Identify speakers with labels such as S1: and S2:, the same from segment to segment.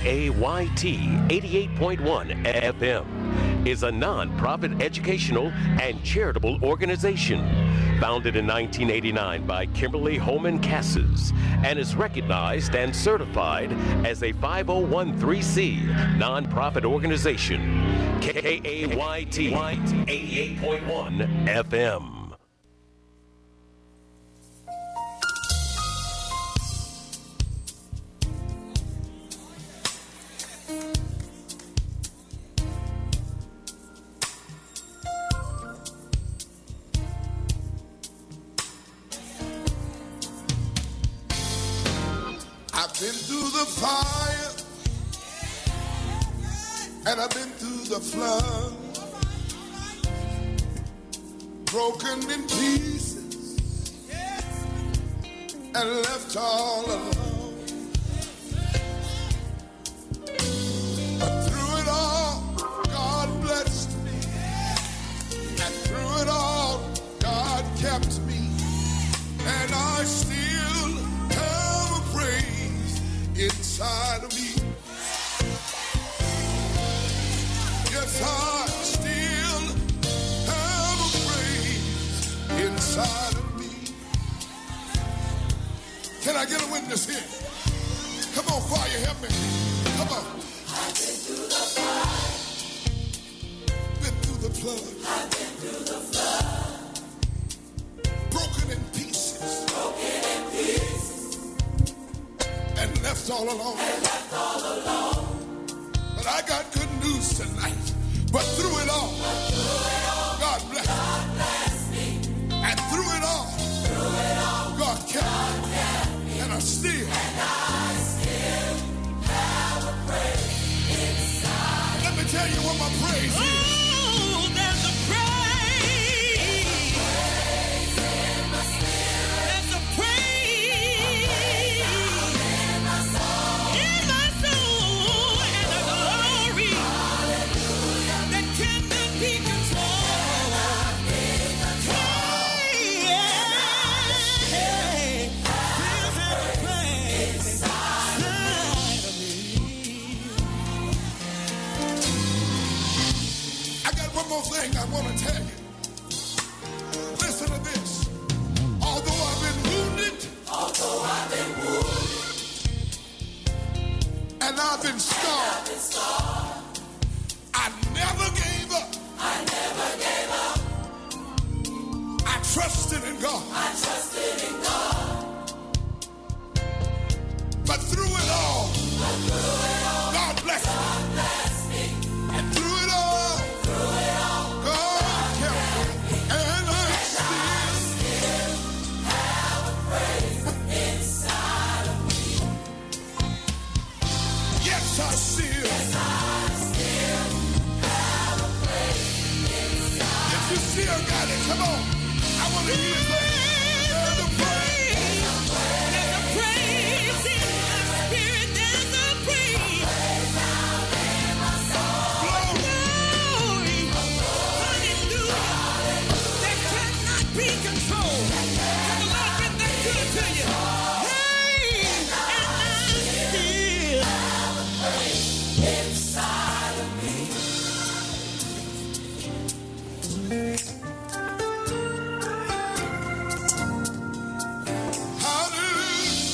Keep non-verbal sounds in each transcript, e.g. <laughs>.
S1: WAYT 88.1 FM is a non-profit educational and charitable organization founded in 1989 by Kimberly Holman Cassis and is recognized and certified as a 5013C nonprofit organization. KAYT 88.1 FM.
S2: I've been through the fire and I've been through the flood. Broken in pieces and left all alone. But through it all, God blessed me. And through it all, God kept me. And I still have a praise inside of me. Yes, I still have a praise inside of me. Can I get a witness here? Come on, fire, help me. Come on. Been through the flood. Broken in pieces. and left all alone. But I got good news tonight. But through it all, God bless me. And through it all, God kept me. And I still. Let me tell you what my praise is.
S3: Oh, there's a praise. There's a praise in my soul and a glory that cannot be controlled. Hey, there's a praise inside of me.
S2: I got one more thing I want to tell you. Listen to this. Although I've been wounded, although I've been wounded, and I've been scarred, I never gave up. I never gave up. I trusted in God. I trusted in God. But through it all, God bless me. And through it all, God kept me. And I still Yes, I still. Yes, I still have a praise. If you still got it, come on. I want to hear it. There's a praise.
S3: There's a praise in my spirit. There's a praise.
S2: Glory.
S3: Glory. Hallelujah. That cannot be controlled. 'Cause the Lord's been that good to you. Hey, and I still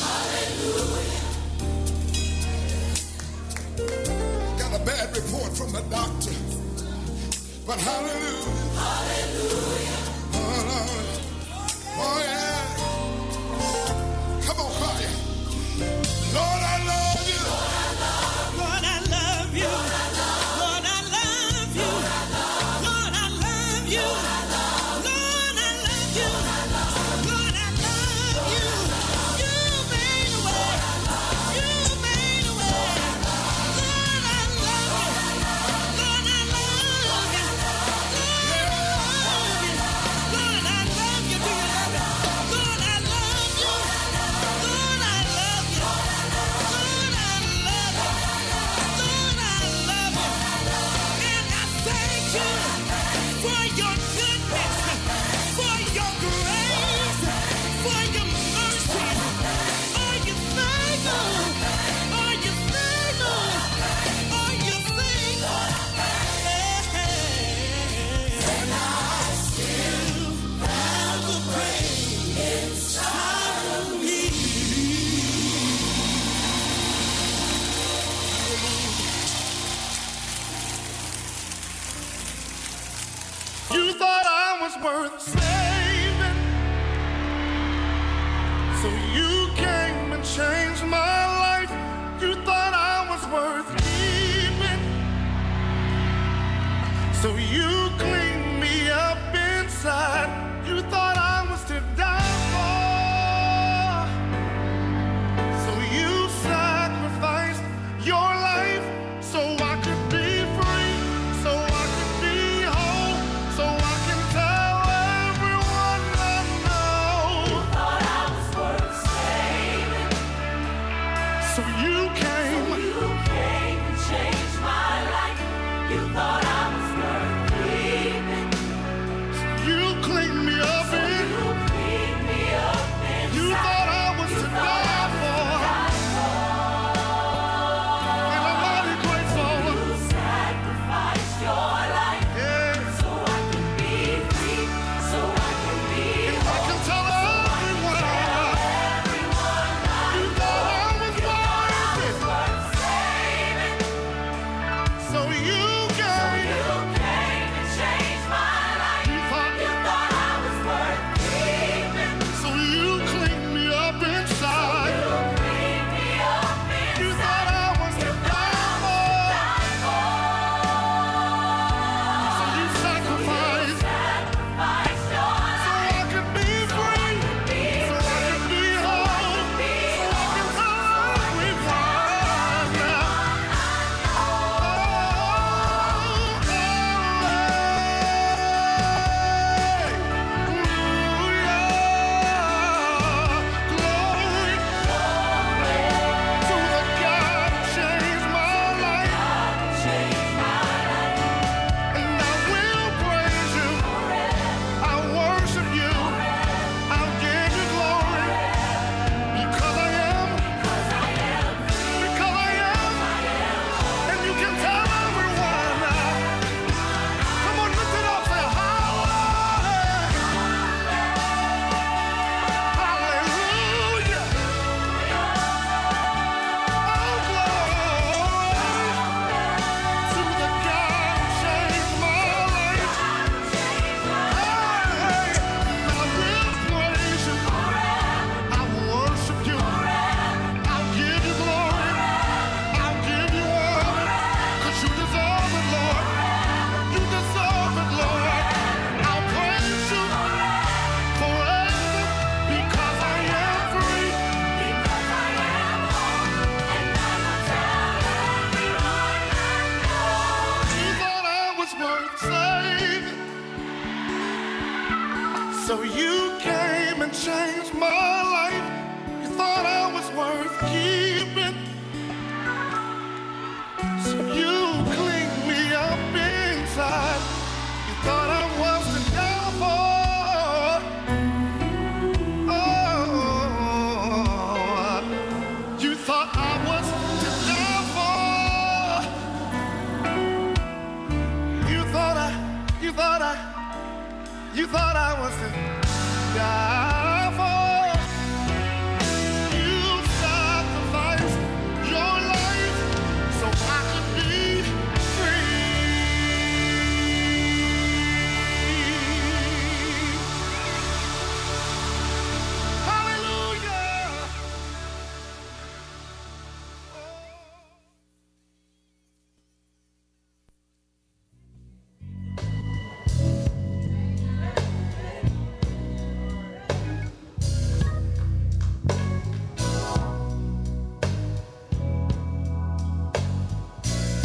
S2: Hallelujah. Got a bad report from the doctor. But hallelujah. Hallelujah. Oh, yeah. Come on, fire. Lord, I love you.
S3: Lord, I love you. Lord, I love you. Lord, I love you. Lord, I love you. Lord, I love you. You made a way. You made a way. Lord, I love you. Lord, I love you. Lord, I love you. Lord, I love you. Do you love me?
S4: worth saving. So you came and changed my life. You thought I was worth keeping. So you cleaned me up inside. You thought I was to die for. So you sacrificed your life so I could be free, so I could be whole, so I can tell everyone I know. So you came, you cleaned me up in. You thought I was to die for. And I'm mighty grateful. Yeah. If I can tell everyone I love, you thought I was worth it. So you came. You thought So you cleaned me up inside. You thought I was to die for. So you sacrificed so I could be free. So I could be whole. So I can tell everyone. Oh, hallelujah. Glory. To the God changed my life, and I will praise You. I worship You. I'll give You glory because I am, because I am, and you can tell everyone. Come on, lift it up, say hallelujah, hallelujah, oh glory. To the God changed my life. Hey, I will praise You. I worship You. I'll give You glory. I'll give You honor. 'Cause You deserve it, Lord. You deserve it, Lord. I'll praise You forever because I am free. You thought I was worth saving. So you came and changed my life. You thought I was worth keeping. So you cleaned me up inside. You thought I was to die for. Oh, you thought I was to die for. You thought I, you thought I, you thought I was to die for. You sacrificed your life so I could be free. Hallelujah.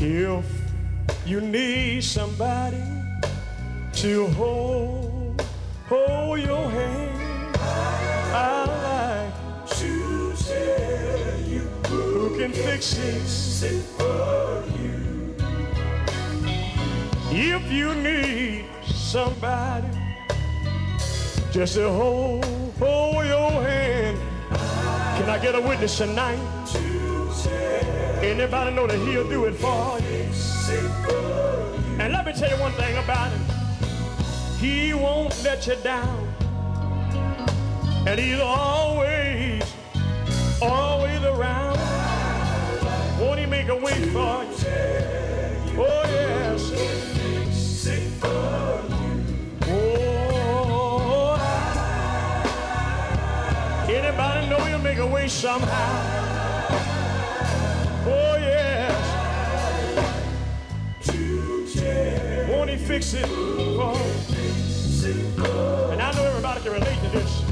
S5: If you need somebody to hold, hold your hand, I like to tell you who can fix it for you. If you need somebody just to hold, hold your hand, can I get a witness tonight? Anybody know that he'll do it for you? And let me tell you one thing about him. He won't let you down. And he's always, always around. Won't he make a way for you? Oh, yes. Oh, a way somehow. Oh, yes. Won't he fix it for us? And I know everybody can relate to this.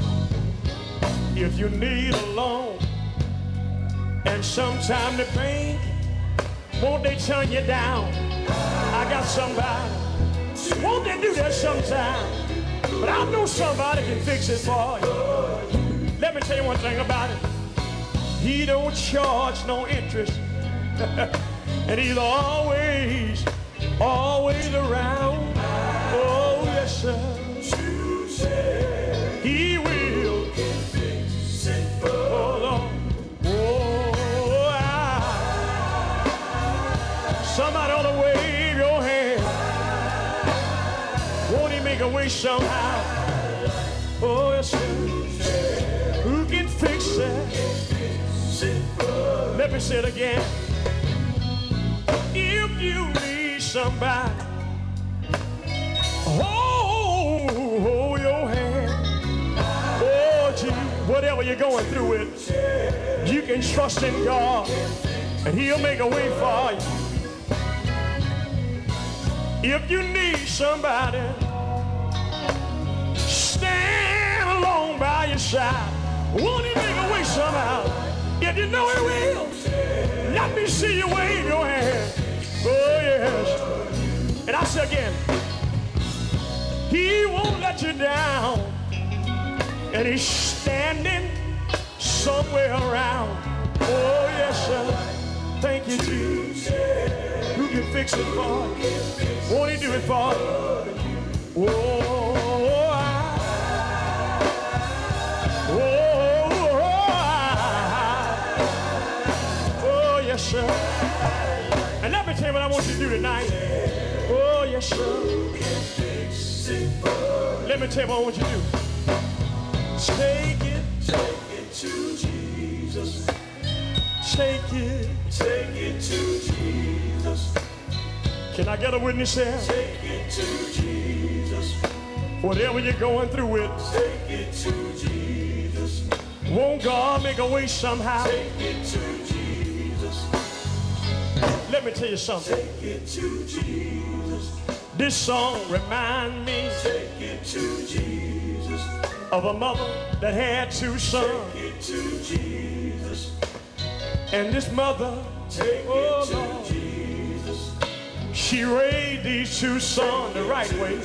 S5: If you need a loan and sometime the bank won't they turn you down? I got somebody. Won't they do that sometime? But I know somebody can fix it for you. Let me tell you one thing about it. He don't charge no interest. <laughs> and he's always, always around. Oh, yes, sir. He will. Oh, Lord. Oh, I. Somebody ought to wave your hand. Won't he make a way somehow? Oh, yes, sir. Who can fix it? Let me say it again. If you need somebody, hold, hold your hand. Oh, gee, whatever you're going through with, you can trust in God, and He'll make a way for you. If you need somebody, stand alone by your side. Won't he make a way somehow? If you know he will, let me see you wave your hand. Oh, yes. And I say again, he won't let you down. And he's standing somewhere around. Oh, yes, sir. Thank you, Jesus. Who can fix it for you? Won't he do it for you? Oh, I, oh, I, oh, yes, sir. And let me tell you what I want you to do tonight. Oh, yes, sir. Let me tell you what I want you to do. Take it, take it to Jesus. Take it, take it to Jesus. Can I get a witness there? Take it to Jesus. Whatever you're going through with, take it to Jesus. Won't God make a way somehow? Take it to Jesus. Let me tell you something. Take it to Jesus. This song reminds me take it to Jesus. of a mother that had two sons. Take it to Jesus. And this mother, take oh, it Lord, she raised these two sons the right way.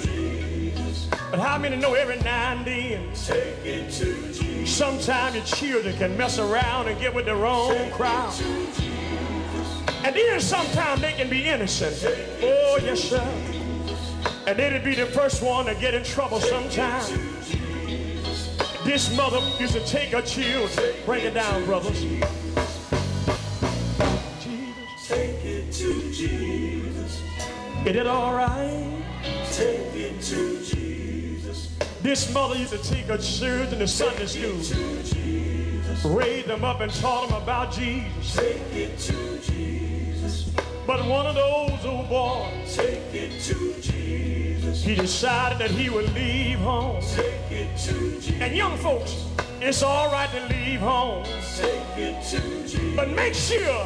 S5: But how many know every now and then, sometimes your children can mess around and get with the wrong crowd. And then sometimes they can be innocent. Oh, yes, sir. And they'd be the first one to get in trouble sometimes. This mother used to take her children. Break it down, brothers. Jesus.
S6: Take it to Jesus.
S5: Is it all right?
S6: Take it to Jesus.
S5: This mother used to take her children to Sunday school, raised them up and taught them about Jesus.
S6: Take it to Jesus.
S5: But one of those old boys,
S6: Take it to Jesus.
S5: he decided that he would leave home.
S6: Take it to Jesus.
S5: And young folks, it's all right to leave home,
S6: Take it to Jesus.
S5: but make sure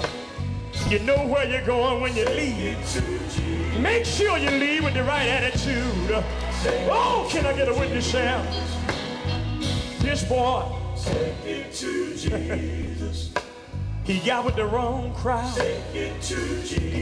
S5: you know where you're going when you leave. Make sure you leave with the right attitude. Oh, can I get a witness, Sam? This boy,
S6: Take it to Jesus.
S5: he got with the wrong crowd.
S6: Take it to Jesus.